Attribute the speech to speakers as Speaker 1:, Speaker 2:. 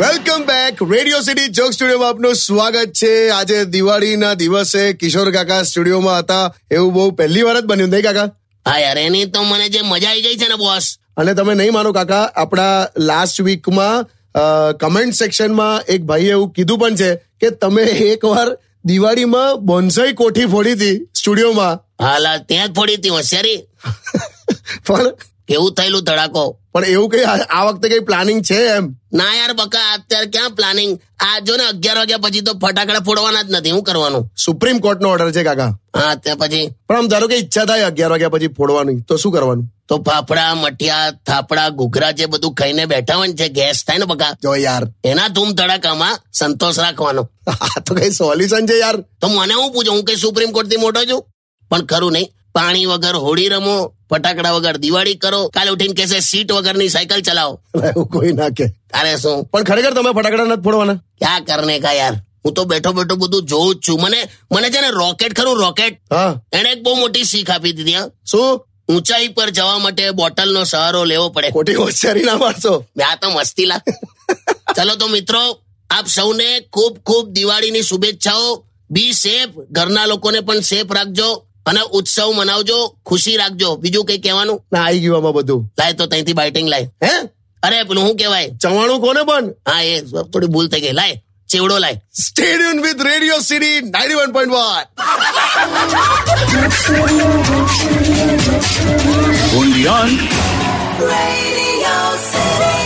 Speaker 1: Welcome back Radio City joke સ્ટુડિયોમાં આપનું સ્વાગત છે આજે દિવાળીના દિવસે કિશોર કાકા સ્ટુડિયોમાં હતા એવું બહુ પહેલી વાર જ બન્યું નહીં કાકા
Speaker 2: હા યાર એની તો મને જે મજા આવી ગઈ છે ને બોસ
Speaker 1: અને તમે નહીં માનો કાકા આપણા લાસ્ટ વીકમાં કમેન્ટ સેક્શનમાં એક ભાઈએ એવું કીધું પણ છે કે તમે એકવાર દિવાળીમાં બોન્સાઈ કોઠી ફોડી હતી સ્ટુડિયોમાં
Speaker 2: હાલા ત્યાં જ ફોડી હતી હોશિયારી
Speaker 1: પણ
Speaker 2: કેવું થયેલું ધડાકો
Speaker 1: પણ એવું કઈ આ આ વખતે કઈ પ્લાનિંગ છે એમ
Speaker 2: ના યાર બકા અત્યારે ક્યાં પ્લાનિંગ આ જો ને અગિયાર વાગ્યા પછી તો ફટાકડા ફોડવાના જ નથી હું કરવાનું
Speaker 1: સુપ્રીમ કોર્ટનો ઓર્ડર છે કાકા
Speaker 2: હા ત્યાં પછી
Speaker 1: પણ આમ ધારો કે ઈચ્છા થાય અગિયાર વાગ્યા પછી ફોડવાની તો શું કરવાનું
Speaker 2: તો ફાફડા મઠિયા થાપડા ઘૂઘરા જે બધું ખાઈને બેઠા હોય ને જે ગેસ થાય ને બકા
Speaker 1: જો યાર
Speaker 2: એના ધૂમ ધડાકામાં સંતોષ રાખવાનો
Speaker 1: આ તો કઈ સોલ્યુશન છે યાર
Speaker 2: તો મને હું પૂછો હું કઈ સુપ્રીમ કોર્ટ થી મોટો છું પણ ખરું નહીં પાણી વગર હોળી રમો ફટાકડા વગર દિવાળી કરો કાલે ઉઠીને કહેશે સીટ વગરની સાયકલ
Speaker 1: અલા,
Speaker 2: ચલાવો
Speaker 1: એવું કોઈ ના કે
Speaker 2: તારે શું
Speaker 1: પણ ખરેખર તમે ફટાકડા નથી ફોડવાના
Speaker 2: ક્યાં કરને કા યાર હું તો બેઠો બેઠો બધું જોઉં જ છું મને મને છે ને રોકેટ ખરું રોકેટ
Speaker 1: હા
Speaker 2: એને એક બહુ મોટી શીખ આપી દીધી હા
Speaker 1: શું
Speaker 2: ઊંચાઈ પર જવા માટે બોટલનો સહારો લેવો પડે
Speaker 1: ખોટી હોશિયારી ના મારશો
Speaker 2: બે આ તો મસ્તીલા ચલો તો મિત્રો આપ સૌને ખૂબ ખૂબ દિવાળીની શુભેચ્છાઓ બી સેફ ઘરના લોકોને પણ સેફ રાખજો અને ઉત્સવ મનાવજો ખુશી રાખજો બીજું કઈ કહેવાનું
Speaker 1: ના આવી ગયું આમાં બધું
Speaker 2: લાય તો ત્યાંથી બાઇટિંગ લાય
Speaker 1: હે
Speaker 2: અરે પેલું શું કહેવાય
Speaker 1: ચવાણું કોને પણ
Speaker 2: હા એ થોડી ભૂલ થઈ ગઈ લાય ચેવડો લાય
Speaker 1: stadium with Radio City ninety one point one
Speaker 3: only on
Speaker 4: Radio City.